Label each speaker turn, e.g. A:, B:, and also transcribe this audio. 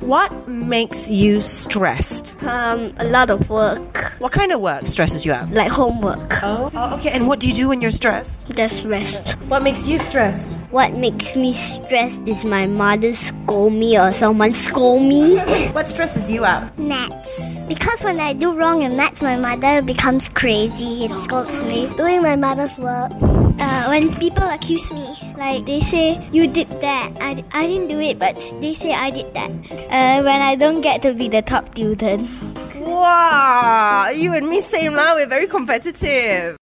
A: What makes you stressed?
B: Um, a lot of work,
A: What kind of work stresses you out?
B: like homework.
A: Oh, okay. And what do you do when you're stressed?
B: That's rest.
A: What makes you stressed?
B: What makes me stressed is my mother scold me or someone scold me.
A: What stresses you out?
B: Maths. Because when I do wrong in maths, my mother becomes crazy and scolds me. Doing my mother's work. Uh, when people accuse me, like they say, you did that. I, I didn't do it, but they say I did that. Uh, when I don't get to be the top student.
A: Wow, you and me same now. We're very competitive.